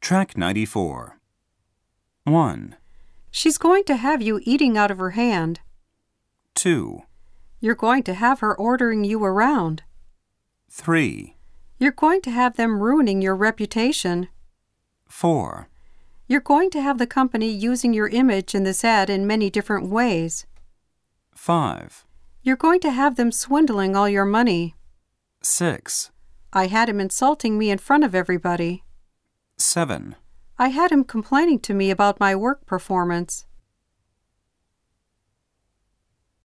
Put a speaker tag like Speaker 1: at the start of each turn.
Speaker 1: Track 94. 1,
Speaker 2: She's going to have you eating out of her hand.
Speaker 1: 2,
Speaker 2: You're going to have her ordering you around.
Speaker 1: 3,
Speaker 2: You're going to have them ruining your reputation.
Speaker 1: 4,
Speaker 2: You're going to have the company using your image in this ad in many different ways.
Speaker 1: 5,
Speaker 2: You're going to have them swindling all your money.
Speaker 1: 6,
Speaker 2: I had him insulting me in front of everybody.
Speaker 1: 7.
Speaker 2: I had him complaining to me about my work performance.